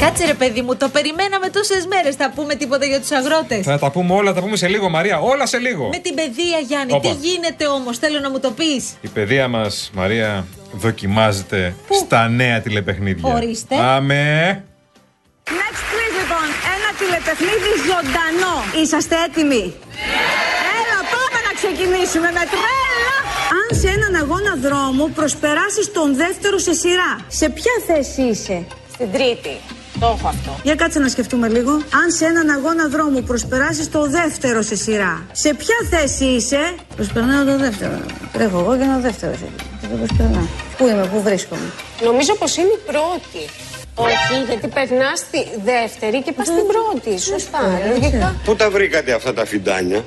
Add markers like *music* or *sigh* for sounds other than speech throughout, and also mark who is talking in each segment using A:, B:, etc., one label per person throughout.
A: Κάτσε ρε παιδί μου, το περιμέναμε τόσες μέρες. Θα πούμε τίποτα για τους αγρότες.
B: Θα τα πούμε όλα, τα πούμε σε λίγο, Μαρία. Όλα σε λίγο.
A: Με την παιδεία, Γιάννη,
B: Όπα.
A: τι γίνεται όμως, θέλω να μου το πεις.
B: Η παιδεία μας, Μαρία, δοκιμάζεται στα νέα τηλεπαιχνίδια.
A: Ορίστε.
B: Πάμε.
C: Next quiz λοιπόν, ένα τηλεπαιχνίδι ζωντανό. Είσαστε έτοιμοι. Έλα πάμε να ξεκινήσουμε με τρέλα. Αν σε έναν αγώνα δρόμου προσπεράσεις τον δεύτερο σε σειρά, σε ποια θέση είσαι.
D: Στην τρίτη. Το έχω αυτό.
C: Για κάτσε να σκεφτούμε λίγο. Αν σε έναν αγώνα δρόμου προσπεράσεις το δεύτερο σε σειρά, σε ποια θέση είσαι. Προσπερνάω το δεύτερο. Τρέχω εγώ και ένα δεύτερο σε Δεν προσπερνάω. Πού είμαι, πού βρίσκομαι.
D: Νομίζω πως είναι η πρώτη. Όχι, γιατί περνάς στη δεύτερη και πας στην πρώτη. Σωστά. Λογικά.
E: Πού τα βρήκατε αυτά τα φιντάνια.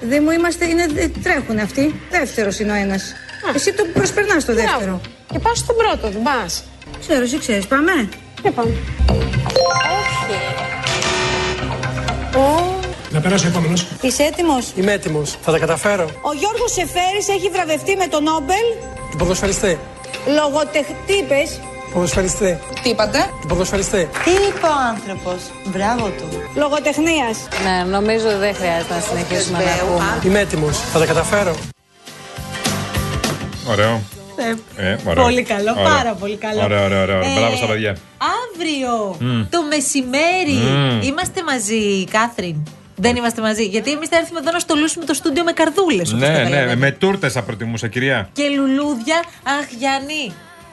C: Δη μου είμαστε, είναι, ε, τρέχουν αυτοί. Δεύτερος είναι ο ένας. Εσύ το προσπερνάς το δεύτερο.
D: Μπράβο. Και πας στον πρώτο, δεν πας.
C: Ξέρω, εσύ ξέρεις, πάμε.
D: Λοιπόν. Όχι. Ω,
F: Να περάσει ο επόμενος.
C: Είσαι έτοιμος.
F: Είμαι έτοιμος. Θα τα καταφέρω.
C: Ο Γιώργος Σεφέρης έχει βραβευτεί με τον Νόμπελ
F: Του ποδοσφαιριστή.
C: λογοτεχνίτης
F: Ποδοσφαιριστή.
G: Τι είπατε?
F: Του ποδοσφαιριστή.
H: Τι είπε ο άνθρωπος. Μπράβο του.
C: λογοτεχνίας.
I: Ναι, νομίζω δεν χρειάζεται να συνεχίσουμε να
H: Θεού,
I: ακούμε.
F: Είμαι έτοιμος. Θα τα καταφέρω.
B: Ωραίο. Ε, ωραίο.
A: Πολύ καλό,
B: Ωραίο.
A: πάρα πολύ καλό. Ε,
B: Ωραίο, ωραίο, ωραίο. Μπράβο στα παιδιά.
A: Αύριο το μεσημέρι είμαστε μαζί, Κάθριν. Δεν είμαστε μαζί. Γιατί εμείς θα έρθουμε εδώ να στολίσουμε το στούντιο με καρδούλες.
B: Ναι, ναι, με τούρτες θα προτιμούσα, κυρία.
A: Και λουλούδια, αχ Γιάννη.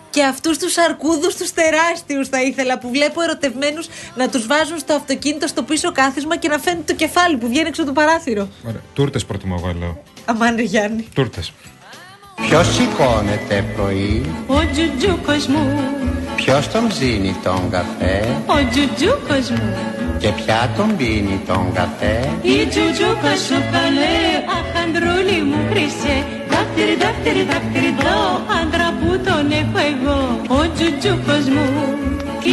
A: Και αυτούς τους αρκούδους τους τεράστιους θα ήθελα που βλέπω ερωτευμένους να τους βάζουν στο αυτοκίνητο στο πίσω κάθισμα και να φαίνεται το κεφάλι που βγαίνει έξω από το παράθυρο.
B: Τούρτες προτιμώ εγώ, λέω.
A: Αμάν ρε Γιάννη.
B: Τούρτες.
E: Ποιος σηκώνεται πρωί,
H: Ο τζουτζούκος μου,
E: ποιος τον ψήνει τον καφέ
H: ο τζουτζούκος μου,
E: και ποια τον πίνει τον καφέ.
H: η τζουτζούκα σου καλέ, αχαντρούλη μου χρυσέ. Δάκτυρι, δάκτυρι, δάκτυρι, το άντρα που τον έχω εγώ, ο τζουτζούκος μου.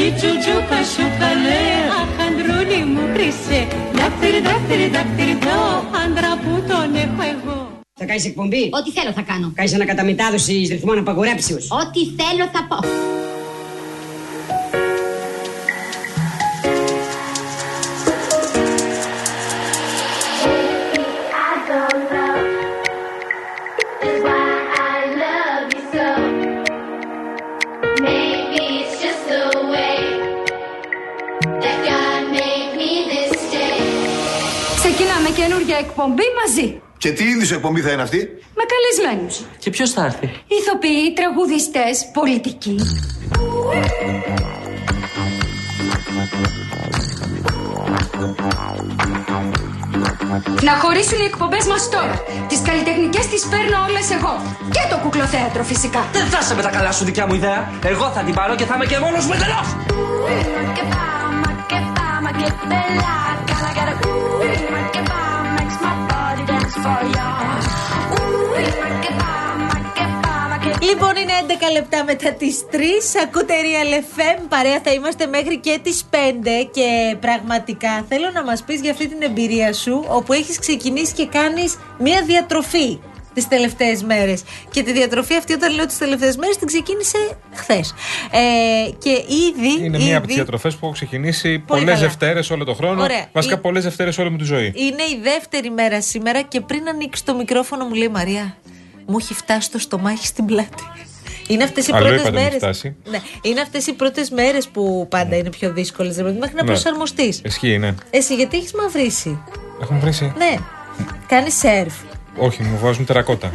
H: Η τζουτζούκα σου καλέ, αχαντρούλη μου χρυσέ. Δάκτυρι, δάκτυρι, δάκτυρι, το άντρα που τον έχω εγώ.
J: Θα κάνεις εκπομπή.
G: Ό,τι θέλω θα κάνω.
J: Κάνεις ανακαταμετάδοση ρυθμών απαγορέψεως.
G: Ό,τι θέλω θα πω.
C: Ξεκινάμε καινούργια εκπομπή μαζί.
E: Και τι είδους εκπομπή θα είναι αυτή.
C: Με καλεσμένους.
F: Και ποιος θα έρθει.
C: Ηθοποιοί, τραγουδιστές, πολιτικοί. Να χωρίσουν οι εκπομπές μας τώρα. Τις καλλιτεχνικές τις παίρνω όλες εγώ. Και το κουκλοθέατρο φυσικά.
F: Δεν θα σε με τα καλά σου δικιά μου ιδέα. Εγώ θα την πάρω και θα είμαι και μόνος μου εντελώς.
A: Λοιπόν, είναι 11 λεπτά μετά τις 3. Ακούτε Real FM. Παρέα θα είμαστε μέχρι και τις 5. Και πραγματικά θέλω να μας πεις για αυτή την εμπειρία σου, όπου έχεις ξεκινήσει και κάνεις μία διατροφή τις τελευταίες μέρες. Και τη διατροφή αυτή, όταν λέω τις τελευταίες μέρες, την ξεκίνησε χθες. Ε, και ήδη.
B: Είναι
A: ήδη
B: μία από τις διατροφές που έχω ξεκινήσει
A: Πολύ
B: πολλές
A: καλά.
B: Δευτέρες όλο τον χρόνο.
A: Ωραία.
B: Βασικά
A: Η-
B: πολλές Δευτέρες όλη μου τη ζωή.
A: Είναι η δεύτερη μέρα σήμερα και πριν ανοίξει το μικρόφωνο μου λέει Μαρία, μου έχει φτάσει το στομάχι στην πλάτη. Είναι αυτές οι
B: Αλλού
A: πρώτες
B: είπατε, μου έχει
A: μέρες.
B: φτάσει.
A: Ναι, είναι αυτές οι πρώτες μέρες που πάντα είναι πιο δύσκολες. Δηλαδή, μέχρι να
B: Ναι.
A: προσαρμοστείς.
B: Ισχύει, ναι.
A: Εσύ γιατί έχεις μαυρίσει.
B: Έχουν βρει.
A: Ναι, κάνεις σερφ.
B: Όχι, μου βάζουν τερακότα.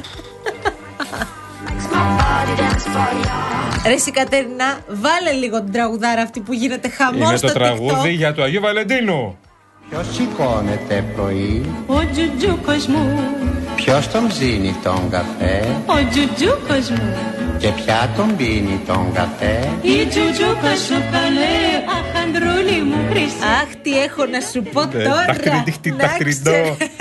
A: Ρε εσύ Κατέρινα, βάλε λίγο την τραγουδάρα αυτή που γίνεται χαμός
B: Είναι
A: στο
B: το τραγούδι
A: TikTok.
B: για το Αγίου Βαλεντίνου.
E: Ποιος σηκώνεται πρωί,
H: Ο τζουτζούκος μου,
E: ποιος τον ψήνει τον καφέ
C: Oh,
H: ο τζουτζούκος μου,
E: και ποια τον πίνει τον καφέ.
H: η τζουτζούκα σου καλέ, αχαντρούλη μου χρυσέ.
A: Αχ, τι έχω να σου πω
B: Ναι,
A: τώρα.
B: ταχτυριντυχτυ,
A: Να
B: ταχτυριντό.
A: ξέρεις. *laughs*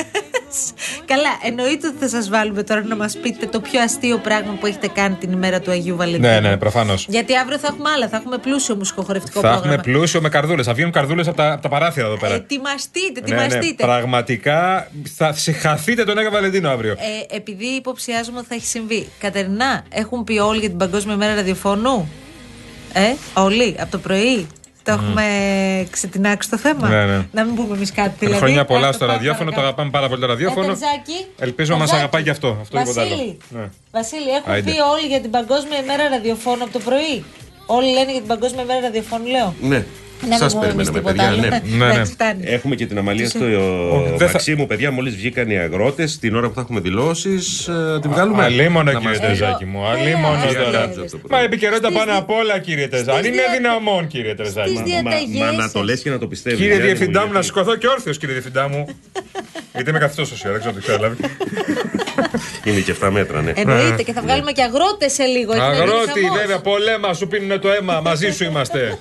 A: Καλά, εννοείται ότι θα σας βάλουμε τώρα να μας πείτε το πιο αστείο πράγμα που έχετε κάνει την ημέρα του Αγίου Βαλεντίνου.
B: Ναι, ναι, προφανώς.
A: Γιατί αύριο θα έχουμε άλλα. Θα έχουμε πλούσιο μουσικοχορευτικό
B: Θα
A: πρόγραμμα. Ε,
B: έχουμε πλούσιο με καρδούλες. Θα βγαίνουν καρδούλες από τα, απ' τα παράθυρα εδώ πέρα.
A: Ετοιμαστείτε,
B: Ναι, ναι,
A: ετοιμαστείτε.
B: Πραγματικά θα συγχαθείτε τον Άγιο Βαλεντίνο αύριο.
A: Ε, επειδή υποψιάζουμε ότι θα έχει συμβεί. Κατερινά, έχουν πει όλοι για την Παγκόσμια Μέρα Ραδιοφώνου. Ε, όλοι, από το πρωί. Το έχουμε ξετινάξει το θέμα.
B: Ναι, ναι.
A: Να μην πούμε εμείς κάτι δηλαδή.
B: Χρόνια πολλά
A: Ας το
B: στο
A: πάμε
B: ραδιόφωνο, το
A: παρακάτω.
B: αγαπάμε πάρα πολύ το ραδιόφωνο.
A: Ε, Τερζάκη.
B: Ελπίζω να μα
A: Τερζάκη.
B: αγαπάει και αυτό. Αυτό τίποτα άλλο.
A: Βασίλη,
B: Ναι.
A: Βασίλη, έχουν
B: Άιντε.
A: πει όλοι για την Παγκόσμια ημέρα ραδιοφώνου από το πρωί. Όλοι λένε για την Παγκόσμια ημέρα ραδιοφώνου, λέω.
K: Ναι.
A: Να μην
K: Σας
A: πούμε εμείς
K: περιμένουμε,
A: τίποτα
K: παιδιά.
A: άλλο.
K: Ναι.
B: Ναι, ναι.
A: Εντάξει, φτάνει.
K: Έχουμε και την αμαλία στο
B: Όχι, δεν θα-
K: Μαξίμου, παιδιά. Μόλις βγήκαν οι αγρότες, την ώρα που θα έχουμε ε, δηλώσει, τη βγάλουμε.
B: Αλίμονο
K: Να
B: κύριε
K: μας-
B: Τερζάκη μου, αλίμονο
K: Ε,
B: τώρα.
K: ε, ε,
B: Μα η επικαιρότητα πάνω απ' όλα κύριε Τερζάκη. Είναι
A: δια-
B: δυναμών κύριε Τερζάκη.
A: στις
B: μου.
A: δια-
K: Μα, μα να το λες και να το πιστεύεις.
B: Κύριε Διευθυντά μου, να σηκωθώ και όρθιος κύριε Διευθυντά μου. Γιατί είμαι καθιστό σωσία, δεν ξέρω αν το καταλάβει.
K: Είναι και 7 μέτρα, ναι.
A: Εννοείται και θα βγάλουμε και αγρότες σε λίγο. Έχει να γίνει
B: Ε, Αγρότη,
A: χαμός.
B: βέβαια, πολέμα σου πίνουν το αίμα, μαζί σου είμαστε.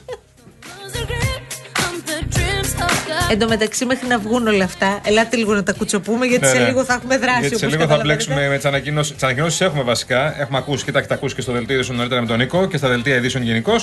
A: Εν τω μεταξύ, μέχρι να βγουν όλα αυτά, ελάτε λίγο να τα κουτσοπούμε γιατί
B: Ναι,
A: σε
B: ναι.
A: λίγο θα έχουμε δράση.
B: Γιατί σε
A: όπως
B: λίγο θα
A: καταλαβαίνετε.
B: μπλέξουμε με τις ανακοινώσεις. Τις ανακοινώσεις έχουμε βασικά. Έχουμε ακούσει, κοιτάξτε, τα ακούσει και στο δελτίο ειδήσεων νωρίτερα με τον Νίκο και στα δελτία ειδήσεων γενικώς.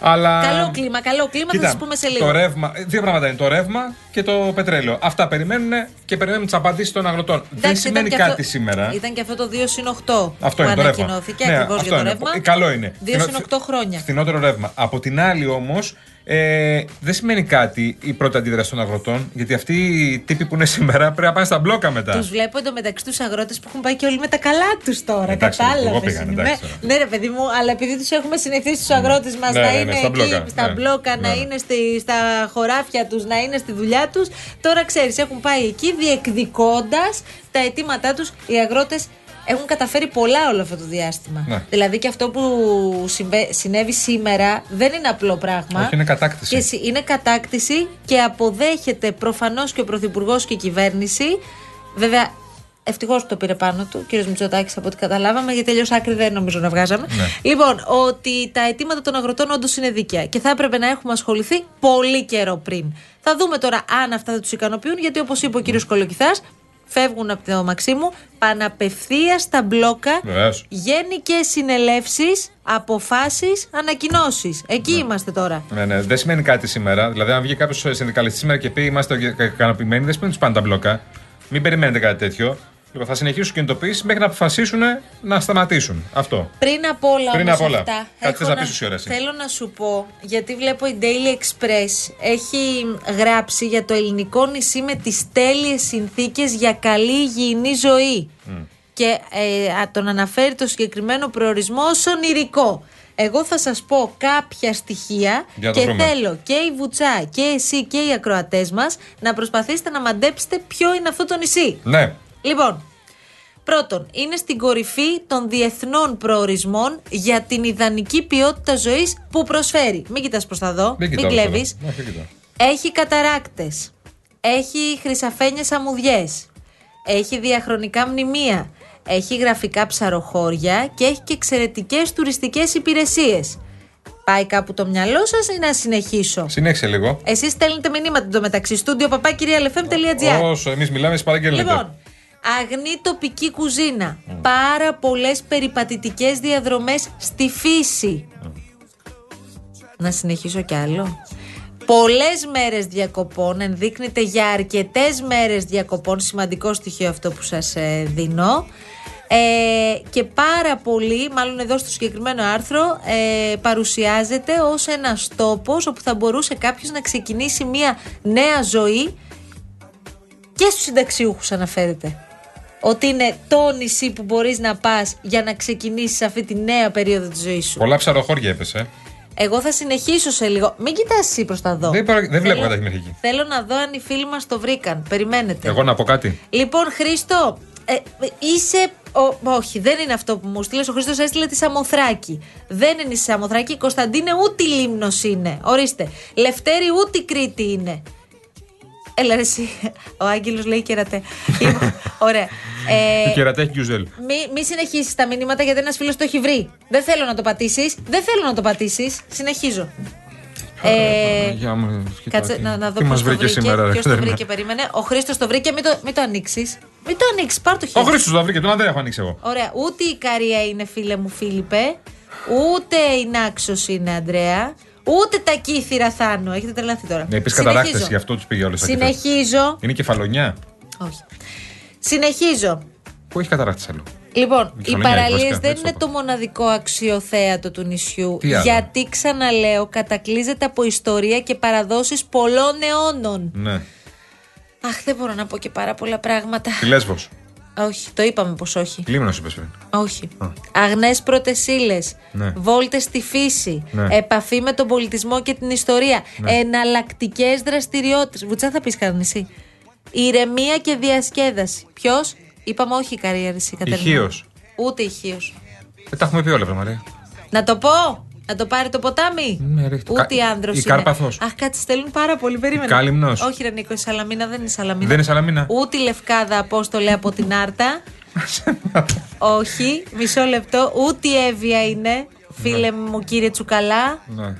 B: Αλλά.
A: Καλό κλίμα, καλό κλίμα, θα
B: Κοίτα,
A: σας πούμε σε λίγο.
B: Το ρεύμα, ε, δύο πράγματα είναι. Το ρεύμα και το πετρέλαιο. Αυτά περιμένουν και περιμένουμε τις απαντήσεις των αγροτών. Δεν
A: Εντάξει,
B: σημαίνει
A: ήταν και
B: κάτι
A: αυτό-
B: σήμερα.
A: Ήταν και αυτό το 2 συν 8
B: Αυτό
A: που
B: είναι το ρεύμα.
A: ανακοινώθηκε
B: Ναι,
A: ακριβώς
B: αυτό
A: για το
B: είναι.
A: ρεύμα.
B: Ε, Καλό είναι.
A: 2 συν
B: Φθηνό-
A: 8 χρόνια.
B: Φθηνότερο ρεύμα. Από την άλλη όμως, ε, δεν σημαίνει κάτι η πρώτη αντίδραση των αγροτών, γιατί αυτοί οι τύποι που είναι σήμερα πρέπει να πάνε στα μπλόκα μετά.
A: Τους βλέπω εντωμεταξύ τους αγρότες που έχουν πάει και όλοι με τα καλά τους τώρα.
B: Εντάξει, εγώ
A: Κατάλαβες.
B: πήγα, εντάξει.
A: Ναι, ρε παιδί μου, αλλά επειδή τους έχουμε συνηθίσει τους αγρότες μας
B: Ναι,
A: να
B: ναι, ναι,
A: είναι
B: στα
A: εκεί,
B: μπλόκα,
A: στα
B: ναι.
A: μπλόκα, να
B: Ναι, ναι.
A: είναι στη- στα χωράφια τους, να είναι στη δουλειά τους. Τώρα ξέρεις, έχουν πάει εκεί διεκδικώντας τα αιτήματά τους οι αγρότες. Έχουν καταφέρει πολλά όλο αυτό το διάστημα.
B: Ναι.
A: Δηλαδή και αυτό που συμβε- συνέβη σήμερα δεν είναι απλό πράγμα.
B: Όχι, είναι κατάκτηση.
A: Και συ- είναι κατάκτηση και αποδέχεται προφανώς και ο Πρωθυπουργός και η κυβέρνηση. Βέβαια, ευτυχώς που το πήρε πάνω του, κύριος Μητσοτάκης, από ό,τι καταλάβαμε, γιατί τελείω άκρη δεν νομίζω να βγάζαμε.
B: Ναι.
A: Λοιπόν, ότι τα αιτήματα των αγροτών όντως είναι δίκαια και θα έπρεπε να έχουμε ασχοληθεί πολύ καιρό πριν. Θα δούμε τώρα αν αυτά θα τους ικανοποιούν, γιατί όπως είπε ο κύριος
B: Ναι.
A: Κολοκυθάς, φεύγουν από το Μαξίμου, πάνε απευθεία στα μπλόκα
B: Βεβαίως.
A: Γενικέ συνελεύσεις, αποφάσεις, ανακοινώσεις. Εκεί είμαστε τώρα.
B: Ναι, ναι, δεν σημαίνει κάτι σήμερα. Δηλαδή, αν βγει κάποιος συνδικαλιστής σήμερα και πει Είμαστε ικανοποιημένοι, δεν σημαίνει ότι του πάνε τα μπλόκα. Μην περιμένετε κάτι τέτοιο. Λοιπόν, θα συνεχίσουν κινητοποιήσεις μέχρι να αποφασίσουν να σταματήσουν. Αυτό.
A: Πριν απ' όλα
B: Πριν
A: όμως
B: απ' όλα.
A: αυτά,
B: Κάτι
A: έχω
B: θες να πεις ουσιαίρα εσύ.
A: θέλω να σου πω, γιατί βλέπω η Daily Express έχει γράψει για το ελληνικό νησί με τις τέλειες συνθήκες για καλή υγιεινή ζωή. Και ε, α, τον αναφέρει το συγκεκριμένο προορισμό ως ονειρικό. Εγώ θα σας πω κάποια στοιχεία
B: Για να το
A: και
B: βρούμε.
A: θέλω και η Βουτσά και εσύ και οι ακροατές μας να προσπαθήσετε να μαντέψετε ποιο είναι αυτό το νησί.
B: Ναι.
A: Λοιπόν, πρώτον, είναι στην κορυφή των διεθνών προορισμών για την ιδανική ποιότητα ζωής που προσφέρει. Μην κοιτάς προς τα δω, μην,
B: κοιτάω τώρα.
A: κλέβει.
B: Ναι, μην κοιτάω.
A: Έχει καταράκτες. Έχει χρυσαφένιες αμμουδιές. Έχει διαχρονικά μνημεία. Έχει γραφικά ψαροχώρια και έχει και εξαιρετικές τουριστικές υπηρεσίες. Πάει κάπου το μυαλό σας ή να συνεχίσω.
B: Συνέχισε λίγο.
A: Εσείς στέλνετε μηνύματα το μεταξύ. Στούντιο παπάκυριαλεφm.gr
B: Όσο εμείς μιλάμε, εσείς παραγγέλνετε.
A: Λοιπόν, αγνή τοπική κουζίνα. Πάρα πολλές περιπατητικές διαδρομές στη φύση. Να συνεχίσω κι άλλο. Πολλές μέρες διακοπών, ενδείκνεται για αρκετές μέρες διακοπών, σημαντικό στοιχείο αυτό που σας ε, δίνω. Ε, και πάρα πολύ, μάλλον εδώ στο συγκεκριμένο άρθρο, ε, παρουσιάζεται ως ένας τόπος όπου θα μπορούσε κάποιος να ξεκινήσει μια νέα ζωή και στους συνταξιούχους αναφέρεται. Ότι είναι το νησί που μπορείς να πας για να ξεκινήσεις αυτή τη νέα περίοδο της ζωής σου.
B: Πολλά ψαροχώρια έπεσε. ε.
A: Λοιπόν. Εγώ θα συνεχίσω σε λίγο. Μην κοιτάς εσύ προς τα δω.
B: Δεν υπά- δεν
A: Θέλω-
B: βλέπω καταρχήν μέχρι εκεί.
A: Θέλω να δω αν οι φίλοι μας το βρήκαν. Περιμένετε.
B: Εγώ να πω κάτι.
A: Λοιπόν, Χρήστο, ε, ε, είσαι. Ο, όχι, δεν είναι αυτό που μου στείλες. Ο Χρήστος έστειλε τη Σαμοθράκη. Δεν είναι η Σαμοθράκη. Η Κωνσταντίνε ούτε η Λίμνος είναι. Ορίστε. Λευτέρη ούτε η Κρήτη είναι. Έλα ρε εσύ. Ο Άγγελος λέει κερατέ. Λοιπόν, Ωραία.
B: Η
A: Ε,
B: κερατά έχει γκιουζέλ.
A: μη, μη συνεχίσεις τα μηνύματα γιατί ένας φίλος το έχει βρει. Δεν θέλω να το πατήσεις. Δεν θέλω να το πατήσεις. Συνεχίζω. Ε,
B: Για μου,
A: Κάτσε
B: κοιτάξτε.
A: να, να δω
B: Τι
A: ποιος
B: μας
A: το βρήκε.
B: βρήκε σήμερα, ρε. ναι,
A: ποιος το
B: δεν
A: βρήκε,
B: είναι.
A: περίμενε. Ο Χρήστος το βρήκε, μην το, μην το ανοίξεις. Μην το ανοίξεις, πάρ το
B: Ο
A: χέρι.
B: Χρήστος το βρήκε, τον δεν έχω ανοίξει εγώ.
A: Ωραία. Ούτε η Καρία είναι φίλε μου, Φίλιππε. Ούτε η Νάξος είναι, Αντρέα. Ούτε τα κύθυρα Θάνο. Έχετε τρελαθεί τώρα.
B: Ναι, πει
A: Συνεχίζω.
B: καταράκτε, γι' αυτό τους πήγε όλες αυτέ.
A: Συνεχίζω.
B: Είναι κεφαλονιά.
A: Όχι. Συνεχίζω.
B: Πού έχει καταράκτε αλλού.
A: Λοιπόν, οι
B: Χρονιά,
A: παραλίες
B: βασικά,
A: δεν
B: έτσι
A: είναι το μοναδικό αξιοθέατο του νησιού.
B: Τι άλλο?
A: γιατί, ξαναλέω, κατακλείζεται από ιστορία και παραδόσεις πολλών αιώνων.
B: Ναι.
A: Αχ, δεν μπορώ να πω και πάρα πολλά πράγματα.
B: Τη Λέσβος.
A: Όχι, το είπαμε πως όχι.
B: Λίμνο είπες πριν.
A: Όχι. Αγνές πρώτες ύλες,
B: Ναι.
A: βόλτες στη φύση,
B: Ναι.
A: επαφή με τον πολιτισμό και την ιστορία,
B: Ναι.
A: εναλλακτικές δραστηριότητες. Βουτσά θα πεις κανένα εσύ. Ηρεμία και διασκέδαση. Ποιος? Είπαμε όχι η καριέρηση.
B: Ηχείος.
A: Ούτε ηχείος.
B: Ε, τα έχουμε πει όλα, βρε Μαρία.
A: Να το πω. Να το πάρει το ποτάμι.
B: Ναι, ρίχτε.
A: Ούτε
B: Κα-
A: άνδρος.
B: η Κάρπαθος.
A: Αχ, κάτι στέλνουν πάρα πολύ. Περίμενα.
B: Κάλυμνος.
A: Όχι, ρε Νίκο, η Σαλαμίνα δεν είναι Σαλαμίνα.
B: Δεν είναι Σαλαμίνα.
A: Ούτε η Λευκάδα Απόστολε από την
B: *laughs*
A: Άρτα. Όχι, μισό λεπτό. Ούτε η Εύβοια είναι. Φίλε μου, κύριε Τσουκαλά.
B: Ναι.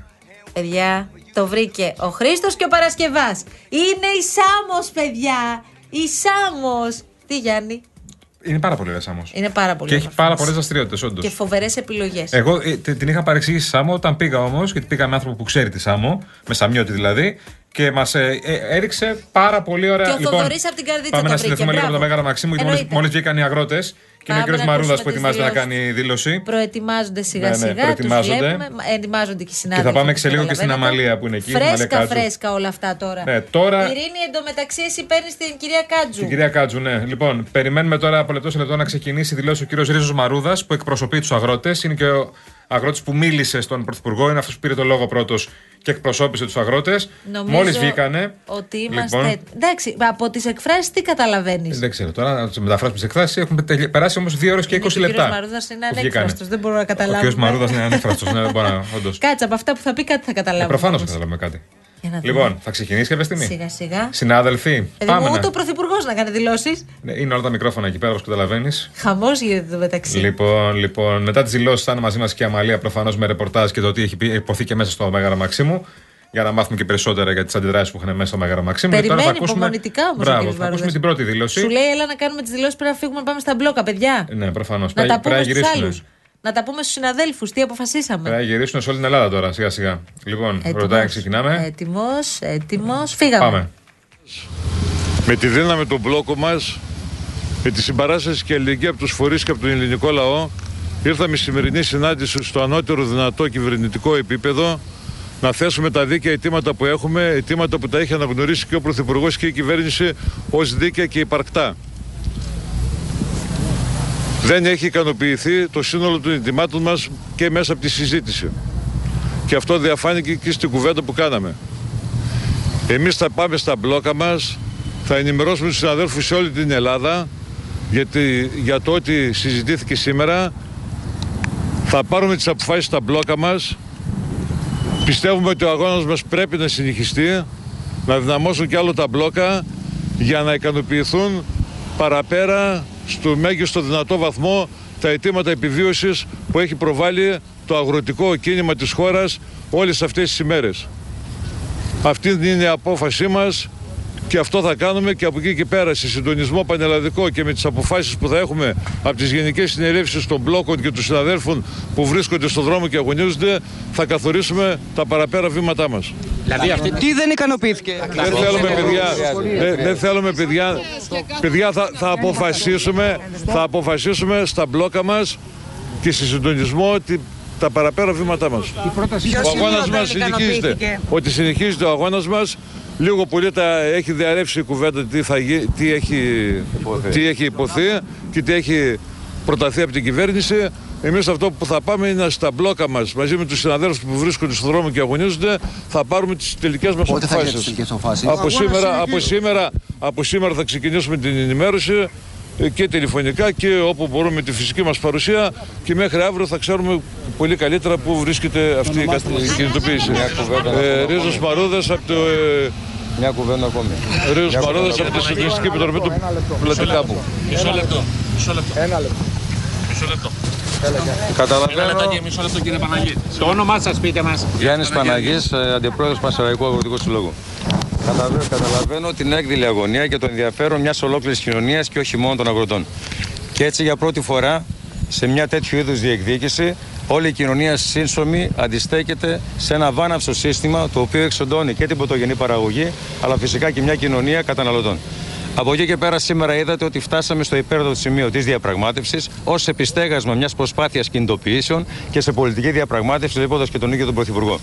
A: Παιδιά, το βρήκε ο Χρήστος και ο Παρασκευάς. Είναι η Σάμος παιδιά. Η Σάμος Τι Γιάννη.
B: Είναι πάρα πολύ ωραία Σάμος.
A: Είναι πάρα πολύ
B: Και έχει
A: όμορφη.
B: πάρα πολλές δραστηριότητες, όντως.
A: Και φοβερές επιλογές.
B: Εγώ ε, τε- την είχα παρεξηγήσει Σάμο όταν πήγα όμως, γιατί πήγα με άνθρωπο που ξέρει τη Σάμο, με Σαμιώτη δηλαδή, και μας ε, ε, έριξε πάρα πολύ ωραία.
A: Και ο
B: λοιπόν,
A: Θοδωρής από την καρδίτσα
B: Πάμε
A: τα
B: να
A: βρήκε,
B: συνδεθούμε λίγο με τον
A: μπράβο.
B: Μέγαρα Μαξίμου, γιατί
A: Εννοείται.
B: μόλις βγήκαν οι αγρότες και είναι
A: Πάμε
B: ο κ.
A: να
B: Μαρούδα
A: ακούσουμε
B: που
A: τις
B: ετοιμάζεται να
A: δηλώσεις.
B: κάνει δήλωση.
A: Προετοιμάζονται σιγά
B: Ναι, ναι,
A: σιγά. τους
B: προετοιμάζονται.
A: βλέπουμε, μα- Ετοιμάζονται και οι συνάδελφοι.
B: θα πάμε ξελίγο
A: το
B: και στην
A: καταλαβαίνετε.
B: Αμαλία που είναι εκεί, Αμαλία
A: Φρέσκα,
B: Κάτζου.
A: φρέσκα όλα αυτά τώρα.
B: Ναι, τώρα-
A: Ειρήνη, εντωμεταξύ εσύ παίρνεις την κυρία Κάτζου.
B: Την κυρία Κάτζου, ναι. Λοιπόν, περιμένουμε τώρα από λεπτό σε λεπτό να ξεκινήσει η δηλώση ο κύριος Ρίζος Μαρούδας που εκπροσωπεί τους αγρότες. Είναι και ο αγρότης που μίλησε στον Πρωθυπουργό, είναι αυτός που πήρε το λόγο πρώτος και εκπροσώπησε τους αγρότες.
A: Νομίζω
B: Μόλις βγήκανε.
A: Ότι είμαστε.
B: Λοιπόν.
A: Εντάξει, από τις εκφράσεις τι καταλαβαίνεις.
B: Δεν ξέρω τώρα, να του μεταφράσουμε τι εκθέσει. Έχουμε τελε- περάσει όμως 2 ώρες και 20
A: Ο κύριο
B: λεπτά.
A: Μαρούδας είναι
B: που βγήκανε.
A: ανέκφραστος. Δεν μπορώ να
B: Ο
A: καταλάβω.
B: κύριο Μαρούδας είναι ανέφραστο, ναι, δεν μπορώ
A: *laughs*
B: να. Όντως.
A: Κάτσε από αυτά που θα πει κάτι θα
B: Ε,
A: καταλάβω.
B: Προφανώ καταλαβαίνουμε κάτι.
A: Για να δούμε.
B: Λοιπόν, θα ξεκινήσει κάποια στιγμή.
A: Σιγά σιγά.
B: Συνάδελφοι,
A: Δηλαδή,
B: πάμε.
A: μου
B: να-
A: ούτε ο πρωθυπουργός να κάνει δηλώσεις.
B: Ναι, Είναι όλα τα μικρόφωνα εκεί πέρα, όπως καταλαβαίνεις.
A: Χαμός γίνεται το μεταξύ.
B: Λοιπόν, λοιπόν, μετά τις δηλώσεις θα είναι μαζί μας και η Αμαλία προφανώς με ρεπορτάζ και το τι έχει πει- υποθεί και μέσα στο Μέγαρα Μαξίμου. Για να μάθουμε και περισσότερα για τις αντιδράσεις που είχαν μέσα στο Μέγαρα Μαξίμου. Και
A: Περιμένει
B: τώρα θα ακούσουμε...
A: υπομονητικά όμως ο
B: Μπράβο,
A: κύριος
B: θα ακούσουμε
A: Βαρούδας.
B: την πρώτη δήλωση.
A: Σου λέει, έλα να κάνουμε τις δηλώσεις πρέπει να φύγουμε να πάμε στα μπλόκα, παιδιά.
B: Ναι, προφανώς.
A: Να τα πούμε Ναι. στου άλλους. Να τα πούμε στους συναδέλφους. Τι αποφασίσαμε.
B: Πρέπει να γυρίσουν σε όλη την Ελλάδα τώρα, σιγά σιγά. Λοιπόν,
A: Έτοιμος.
B: ρωτάει, ξεκινάμε.
A: Έτοιμος, έτοιμος. Φύγαμε.
B: Πάμε.
L: με τη δύναμη του μπλόκου μας, με τη συμπαράσταση και αλληλεγγύη από τους φορείς και από τον ελληνικό λαό, ήρθαμε στη σημερινή συνάντηση στο ανώτερο δυνατό κυβερνητικό επίπεδο να θέσουμε τα δίκαια αιτήματα που έχουμε, αιτήματα που τα έχει αναγνωρίσει και ο Πρωθυπουργός και η κυβέρνηση ως δίκαια και υπαρκτά. Δεν έχει ικανοποιηθεί το σύνολο των αιτημάτων μας και μέσα από τη συζήτηση. Και αυτό διαφάνηκε και στην κουβέντα που κάναμε. Εμείς θα πάμε στα μπλόκα μας, θα ενημερώσουμε τους συναδέλφους σε όλη την Ελλάδα για, τη- για το ότι συζητήθηκε σήμερα. Θα πάρουμε τις αποφάσεις στα μπλόκα μας. Πιστεύουμε ότι ο αγώνας μας πρέπει να συνεχιστεί, να δυναμώσουν κι άλλο τα μπλόκα για να ικανοποιηθούν παραπέρα στο μέγιστο δυνατό βαθμό τα αιτήματα επιβίωσης που έχει προβάλει το αγροτικό κίνημα της χώρας όλες αυτές τις ημέρες. Αυτή είναι η απόφασή μας και αυτό θα κάνουμε και από εκεί και πέρα σε συντονισμό πανελλαδικό και με τις αποφάσεις που θα έχουμε από τις γενικές συνελεύσεις των μπλόκων και των συναδέλφων που βρίσκονται στον δρόμο και αγωνίζονται θα καθορίσουμε τα παραπέρα βήματά μας.
M: Δηλαδή αυτή τι δεν ικανοποιήθηκε.
L: Δεν θέλουμε παιδιά, δεν, δεν θέλουμε παιδιά, παιδιά θα, θα αποφασίσουμε, θα αποφασίσουμε στα μπλόκα μας και σε συντονισμό τη- τα παραπέρα βήματά μας.
M: Ποιος
L: Ο αγώνα
M: σημείο
L: μα
M: δεν
L: συνεχίζεται.
M: ικανοποιήθηκε?
L: Ότι συνεχίζεται ο αγώνας μας. Λίγο πολύ τα έχει διαρρεύσει η κουβέντα τι, θα γι- τι, έχει, τι έχει υποθεί και τι έχει προταθεί από την κυβέρνηση. Εμείς αυτό που θα πάμε είναι στα μπλόκα μας μαζί με τους συναδέλφους που βρίσκονται στον δρόμο και αγωνίζονται θα πάρουμε τις τελικές μας
N: Πότε θα
L: αποφάσεις.
N: έχετε τις τελικές αποφάσεις? Ο
L: Από,
N: αγώνας
L: σήμερα, από,
N: συνεχίζεται.
L: σήμερα, από σήμερα θα ξεκινήσουμε την ενημέρωση ε, και τηλεφωνικά και όπου μπορούμε με τη φυσική μας παρουσία και μέχρι αύριο θα ξέρουμε πολύ καλύτερα πού βρίσκεται αυτή η κατα- η κινητοποίηση. Ε, Ρίζος Μαρούδας από το... ε,
O: Μια κουβέντα ακόμη.
L: Ρίζος Μαρούδας από τη Συντονιστική Επιτροπή του Πλατικάπου.
O: Μισό λεπτό. Μισό λεπτό. Ένα λεπτό. Μισό λεπτό. Καταλαβαίνω.
P: Μισό λεπτό κύριε Παναγιώτη. Το όνομά σας πείτε μας.
O: Γιάννης Παναγή, αντιπρόεδρο ε, Πανσεραϊκού Αγροτικού Συλλόγου. Καταλαβαίνω, καταλαβαίνω την έκδηλη αγωνία και το ενδιαφέρον μιας ολόκληρης κοινωνίας και όχι μόνο των αγροτών. Και έτσι για πρώτη φορά σε μια τέτοιου είδους διεκδίκηση όλη η κοινωνία σύnsομη αντιστέκεται σε ένα βάναυσο σύστημα το οποίο εξοντώνει και την πρωτογενή παραγωγή αλλά φυσικά και μια κοινωνία καταναλωτών. Από εκεί και πέρα σήμερα είδατε ότι φτάσαμε στο υπέρδοτο σημείο της διαπραγμάτευσης ως επιστέγασμα μιας προσπάθειας κινητοποιήσεων και σε πολιτική διαπραγμάτευση λείποντας και τον ίδιο τον Πρωθυπουργό.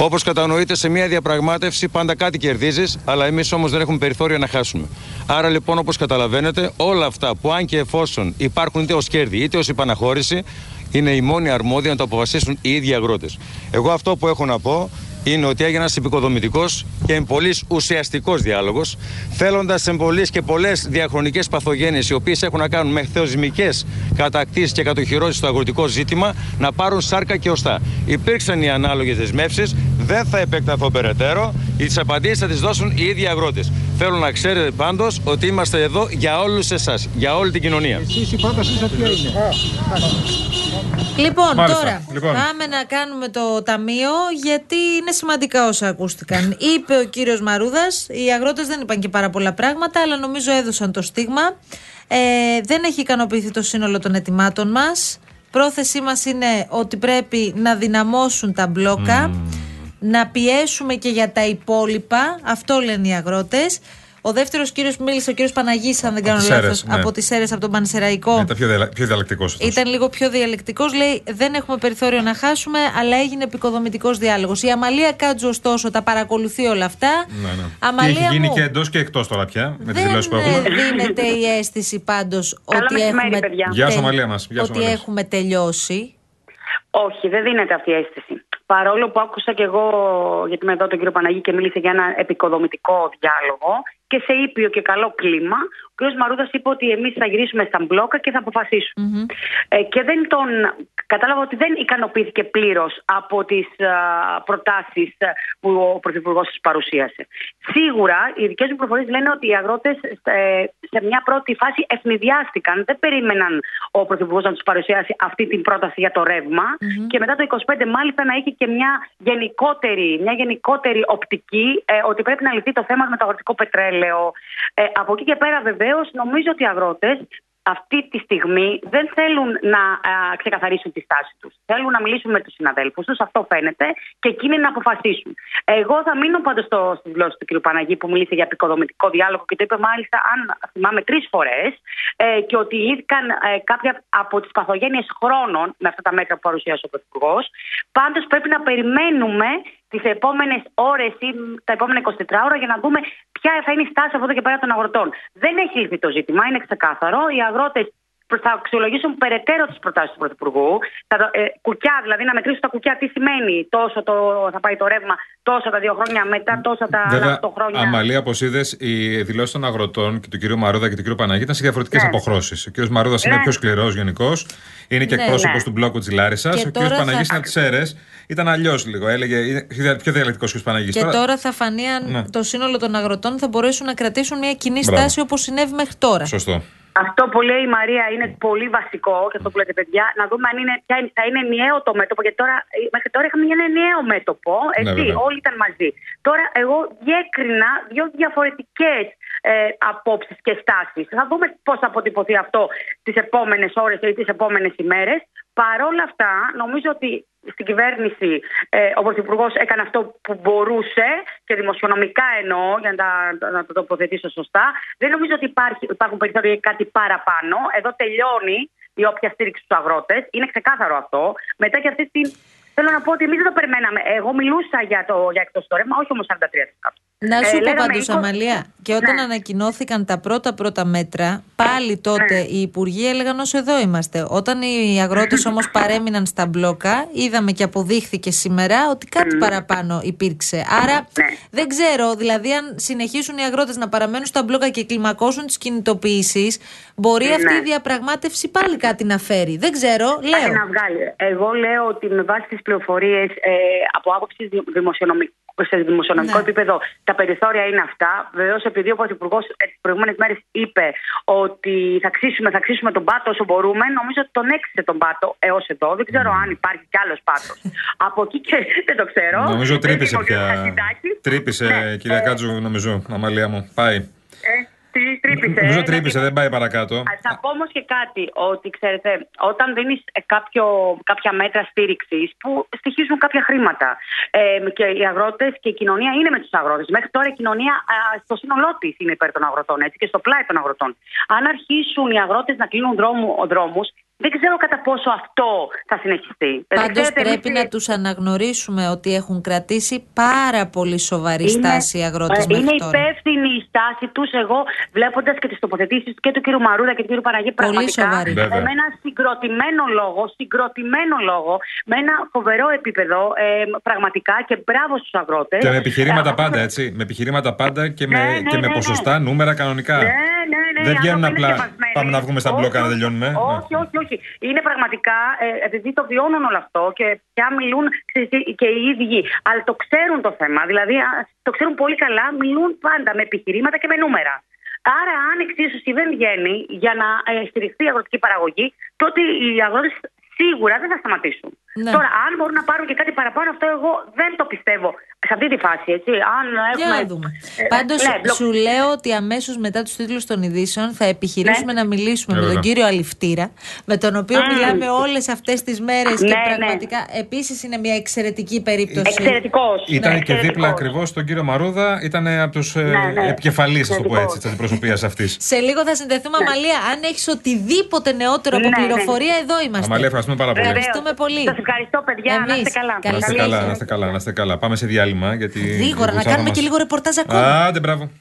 O: Όπω κατανοείται, σε μια διαπραγμάτευση πάντα κάτι κερδίζεις, αλλά εμείς όμως δεν έχουμε περιθώρια να χάσουμε. Άρα λοιπόν, όπως καταλαβαίνετε, όλα αυτά που αν και εφόσον υπάρχουν είτε ως κέρδη είτε ως υπαναχώρηση, είναι η μόνη αρμόδια να το αποφασίσουν οι ίδιοι αγρότες. Εγώ αυτό που έχω να πω είναι ότι έγινε ένας επικοδομητικός και εμπολή ουσιαστικός διάλογος, θέλοντας εμπολή και πολλές διαχρονικές παθογένειες, οι οποίες έχουν να κάνουν με θεοσμικές κατακτήσεις και κατοχυρώσεις στο αγροτικό ζήτημα, να πάρουν σάρκα και οστά. Υπήρξαν οι ανάλογες δεσμεύσεις, δεν θα επεκταθώ περαιτέρω, τις απαντήσεις θα τις δώσουν οι ίδιοι αγρότες. Θέλω να ξέρετε πάντως ότι είμαστε εδώ για όλους εσάς, για όλη την κοινωνία.
N: Εσείς η πρότασή σας ποια είναι.
A: Λοιπόν,
B: Μάλιστα.
A: τώρα
B: Λοιπόν.
A: πάμε να κάνουμε το ταμείο γιατί είναι σημαντικά όσα
B: *laughs*
A: ακούστηκαν. Είπε ο κύριος Μαρούδας, οι αγρότες δεν είπαν και πάρα πολλά πράγματα, αλλά νομίζω έδωσαν το στίγμα. Ε, δεν έχει ικανοποιηθεί το σύνολο των ετοιμάτων μας. Πρόθεσή μας είναι ότι πρέπει να δυναμώσουν τα μπλόκα, να πιέσουμε και για τα υπόλοιπα. Αυτό λένε οι αγρότες. Ο δεύτερος κύριος που μίλησε, ο κύριος Παναγής, αν δεν κάνω
B: τις Σέρρες,
A: λάθο,
B: ναι.
A: από τις Σέρες, από τον Πανσεραϊκό.
B: Είναι τα πιο, διδα- πιο διδαλλακτικό αυτός.
A: Ήταν λίγο πιο διαλεκτικός. Λέει: Δεν έχουμε περιθώριο να χάσουμε, αλλά έγινε επικοδομητικός διάλογος. Η Αμαλία Κάτζου, ωστόσο, τα παρακολουθεί όλα αυτά.
B: Ναι, ναι.
A: Αμαλία
B: Και έχει γίνει
A: μου,
B: και εντός και εκτός τώρα πια με τις
A: δεν
B: δηλώσεις που έχουμε.
A: ε, δίνεται η αίσθηση πάντως ότι, έχουμε,
B: Γεια σου, Αμαλία μας.
A: ότι έχουμε τελειώσει.
Q: Όχι, δεν δίνεται αυτή η αίσθηση. Παρόλο που άκουσα και εγώ, γιατί είμαι εδώ τον κύριο Παναγή και μίλησε για ένα επικοδομητικό διάλογο και σε ήπιο και καλό κλίμα, ο κύριος Μαρούδας είπε ότι εμείς θα γυρίσουμε στα μπλόκα και θα αποφασίσουμε. Ε, και δεν τον. Κατάλαβα ότι δεν ικανοποιήθηκε πλήρως από ε, τι προτάσει που ο Πρωθυπουργός τη παρουσίασε. Σίγουρα, οι δικές μου προφορίες λένε ότι οι αγρότες σε μια πρώτη φάση ευνηδιάστηκαν. Δεν περίμεναν ο Πρωθυπουργός να τους παρουσιάσει αυτή την πρόταση για το ρευμα Και μετά το 25 μάλιστα να είχε και μια γενικότερη, μια γενικότερη οπτική ε, ότι πρέπει να λυθεί το θέμα με το αγροτικό πετρέλαιο. Ε, από εκεί και πέρα, βεβαίως, νομίζω ότι οι αγρότες αυτή τη στιγμή δεν θέλουν να α, ξεκαθαρίσουν τη στάση τους. Θέλουν να μιλήσουν με τους συναδέλφους τους, αυτό φαίνεται, και εκείνοι να αποφασίσουν. Εγώ θα μείνω πάντως στο, στη δηλώση του κ. Παναγή που μίλησε για επικοδομητικό διάλογο και το είπε μάλιστα, αν θυμάμαι, τρεις φορές ε, και ότι λύθηκαν ε, κάποια από τις παθογένειες χρόνων με αυτά τα μέτρα που παρουσίασε ο Πρωθυπουργός. Πάντως πρέπει να περιμένουμε τις επόμενες ώρες ή τα επόμενα 24 ώρα για να δούμε ποια Ε, θα είναι η στάση από εδώ και πέρα των αγροτών. Δεν έχει λυθεί το ζήτημα, είναι ξεκάθαρο. Οι αγρότες προ- θα αξιολογήσουν περαιτέρω τις προτάσεις του Πρωθυπουργού. Θα, δο- ε, κουκιά, δηλαδή να μετρήσουν τα κουκιά, τι σημαίνει τόσο το, θα πάει το ρεύμα, τόσα τα δύο χρόνια μετά, τόσα τα άλλα
B: Βέβαια,
Q: οκτώ χρόνια.
B: Αμαλία, όπως είδες, οι δηλώσεις των αγροτών και του κυρίου Μαρούδα και του κυρίου Παναγίτη ήταν σε διαφορετικές
Q: Ναι.
B: αποχρώσεις. Ο κύριος Μαρούδας είναι
Q: Ναι.
B: πιο σκληρός γενικό, είναι και
Q: Ναι,
B: εκπρόσωπος
Q: ναι.
B: του μπλόκου της Λάρισας. Ο
A: Και
B: κύριος
A: τώρα θα-
B: Παναγίτη ήταν τη ΕΡΕ, ήταν αλλιώς λίγο. Έλεγε, είναι πιο διαλεκτικός ο κύριος Παναγίτη.
A: Και τώρα θα φανεί αν
B: Ναι.
A: το σύνολο των αγροτών θα μπορέσουν να κρατήσουν μια κοινή
B: Μπράβο.
A: στάση όπως συνέβη μέχρι τώρα.
B: Σωστό.
Q: Αυτό που λέει η Μαρία είναι πολύ βασικό και αυτό που λέτε παιδιά, να δούμε αν είναι, ποια είναι- θα είναι ενιαίο το μέτωπο. Γιατί τώρα, ε, μέχρι τώρα είχαμε ένα ενιαίο μέτωπο.
R: Ναι,
Q: Έτσι,
R: βέβαια.
Q: όλοι ήταν μαζί. Τώρα εγώ διέκρινα δύο διαφορετικές ε, απόψεις και στάσεις. Θα δούμε πώς θα αποτυπωθεί αυτό τις επόμενες ώρες ή τις επόμενες ημέρες. Παρόλα αυτά, νομίζω ότι στην κυβέρνηση ε, ο Πρωθυπουργό έκανε αυτό που μπορούσε και δημοσιονομικά εννοώ για να, τα- να το τοποθετήσω σωστά. Δεν νομίζω ότι υπάρχει, υπάρχουν περιθώρια για κάτι παραπάνω. Εδώ τελειώνει η όποια στήριξη στους αγρότες. Είναι ξεκάθαρο αυτό. Μετά και αυτή την. Θέλω να πω ότι εμείς δεν το περιμέναμε. Εγώ μιλούσα για, το, για εκτός το ρεύμα, όχι όμως 43%.
A: Να
Q: Ε,
A: σου πω
Q: λέγαμε Ναι.
A: πάντω,
Q: 20.
A: Αμαλία, και όταν ανακοινώθηκαν τα πρώτα πρώτα μέτρα,
Q: Ναι.
A: πάλι τότε οι υπουργοί έλεγαν όσο εδώ είμαστε. Όταν οι αγρότες όμως
Q: *laughs*
A: παρέμειναν στα μπλόκα, είδαμε και αποδείχθηκε σήμερα ότι κάτι παραπάνω υπήρξε. Άρα
Q: Ναι.
A: δεν ξέρω, δηλαδή, αν συνεχίσουν οι αγρότες να παραμένουν στα μπλόκα και κλιμακώσουν τις κινητοποιήσεις,
Q: Ναι.
A: μπορεί αυτή η διαπραγμάτευση πάλι κάτι να φέρει. Δεν ξέρω,
Q: Κάτι
A: λέω.
Q: να βγάλει. Εγώ λέω ότι με βάση τις πληροφορίες ε, από άποψη δη- δημοσιονομικού. Σε δημοσιονομικό
A: Ναι.
Q: επίπεδο τα περιθώρια είναι αυτά. Βεβαίως, επειδή ο ε, Πρωθυπουργό τις προηγούμενες μέρες είπε ότι θα ξύσουμε, θα ξύσουμε τον πάτο όσο μπορούμε, νομίζω ότι τον έξισε τον πάτο έως εδώ. Δεν ξέρω
A: Ναι.
Q: αν υπάρχει κι άλλος πάτος.
A: *laughs*
Q: από εκεί και δεν το ξέρω.
B: Νομίζω
Q: Δεν
B: τρύπησε
Q: είμαι ο κύριος
B: πια.
A: Ναι, ε-
Q: Χατζηδάκης.
B: Τρύπησε, κυρία Κάτζου, νομίζω, Αμαλία μου. Πάει.
Q: Ε, τι, Μιχάλης τρύπησε.
B: Νομίζω
Q: ε,
B: τρύπησε, δεν πάει παρακάτω.
Q: Α, Θα πω όμως και κάτι, ότι ξέρετε, όταν δίνεις κάποια μέτρα στήριξης που στοιχίζουν κάποια χρήματα. Ε, και οι αγρότες και η κοινωνία είναι με τους αγρότες. Μέχρι τώρα η κοινωνία α, στο σύνολό της είναι υπέρ των αγροτών έτσι, και στο πλάι των αγροτών. Αν αρχίσουν οι αγρότες να κλείνουν δρόμου, δεν ξέρω κατά πόσο αυτό θα συνεχιστεί. Ε, δεν
A: Πάντως
Q: ξέρετε, εμείς
A: πρέπει να τους αναγνωρίσουμε ότι έχουν κρατήσει πάρα πολύ σοβαρή στάση οι αγρότες
Q: ε, Είναι
A: μέχρι τώρα.
Q: υπεύθυνη η στάση τους. Εγώ, βλέποντας και τις τοποθετήσεις και του κ. Μαρούδα και του κ. Παναγία,
A: Πολύ
Q: πραγματικά
A: σοβαρή. Βέβαια.
Q: με ένα συγκροτημένο λόγο, συγκροτημένο λόγο, με ένα φοβερό επίπεδο ε, πραγματικά και μπράβο Ε, στους αγρότες.
B: Και με επιχειρήματα πάντα, έτσι. Με επιχειρήματα πάντα και με, και με ποσοστά, νούμερα κανονικά.
Q: ναι, ναι,
B: δεν βγαίνουν
Q: άνθρωποι είναι
B: απλά.
Q: σκεπασμένοι.
B: Πάμε να βγούμε στα
Q: Όχι,
B: μπλόκα να
Q: όχι,
B: τελειώνουμε. ε? Ναι.
Q: Όχι, όχι, όχι. Είναι πραγματικά, ε, επειδή το βιώνουν όλο αυτό και πια μιλούν ξέρεις, και οι ίδιοι, αλλά το ξέρουν το θέμα. Δηλαδή, α, το ξέρουν πολύ καλά, μιλούν πάντα με επιχειρήματα και με νούμερα. Άρα, αν εξίσωση δεν βγαίνει για να ε, στηριχθεί η αγροτική παραγωγή, τότε οι αγρότες σίγουρα δεν θα σταματήσουν.
A: Ναι.
Q: Τώρα, αν μπορούν να πάρουν και κάτι παραπάνω, αυτό εγώ δεν το πιστεύω. Σε αυτή τη φάση, έτσι. Αν έχουμε.
A: να δούμε. Πάντως,
Q: ναι,
A: σου λέω ότι αμέσως μετά τους τίτλους των ειδήσεων θα επιχειρήσουμε να μιλήσουμε
Q: Ε,
A: με τον
Q: βέβαια.
A: κύριο Αληφτήρα, με τον οποίο
Q: Μμμ.
A: μιλάμε όλες αυτές τις μέρες
Q: Ναι,
A: και
Q: ναι.
A: πραγματικά επίσης είναι μια εξαιρετική περίπτωση.
Q: Εξαιρετικός.
B: Ήταν και δίπλα ακριβώς τον κύριο Μαρούδα, ήταν από τους ναι,
A: ναι.
B: επικεφαλεί, ας το πω έτσι, της αντιπροσωπείας αυτής.
A: Σε λίγο θα συνδεθούμε, Αμαλία. Αν έχεις οτιδήποτε νεότερο από
Q: Ναι, ναι.
A: πληροφορία, εδώ είμαστε.
B: Αμαλία, ευχαριστούμε πάρα πολύ.
A: Ευχαριστούμε πολύ. Σας
Q: ευχαριστώ, παιδιά.
A: Εμείς. Να είστε καλά.
B: Να είστε
A: συνέχεια.
B: καλά, να είστε καλά, να είστε καλά. Πάμε σε διάλειμμα. Γιατί
A: Γρήγορα, να
B: κουτσάρα
A: κάνουμε
B: μας-
A: και λίγο ρεπορτάζ ακόμα.
B: Άντε, μπράβο.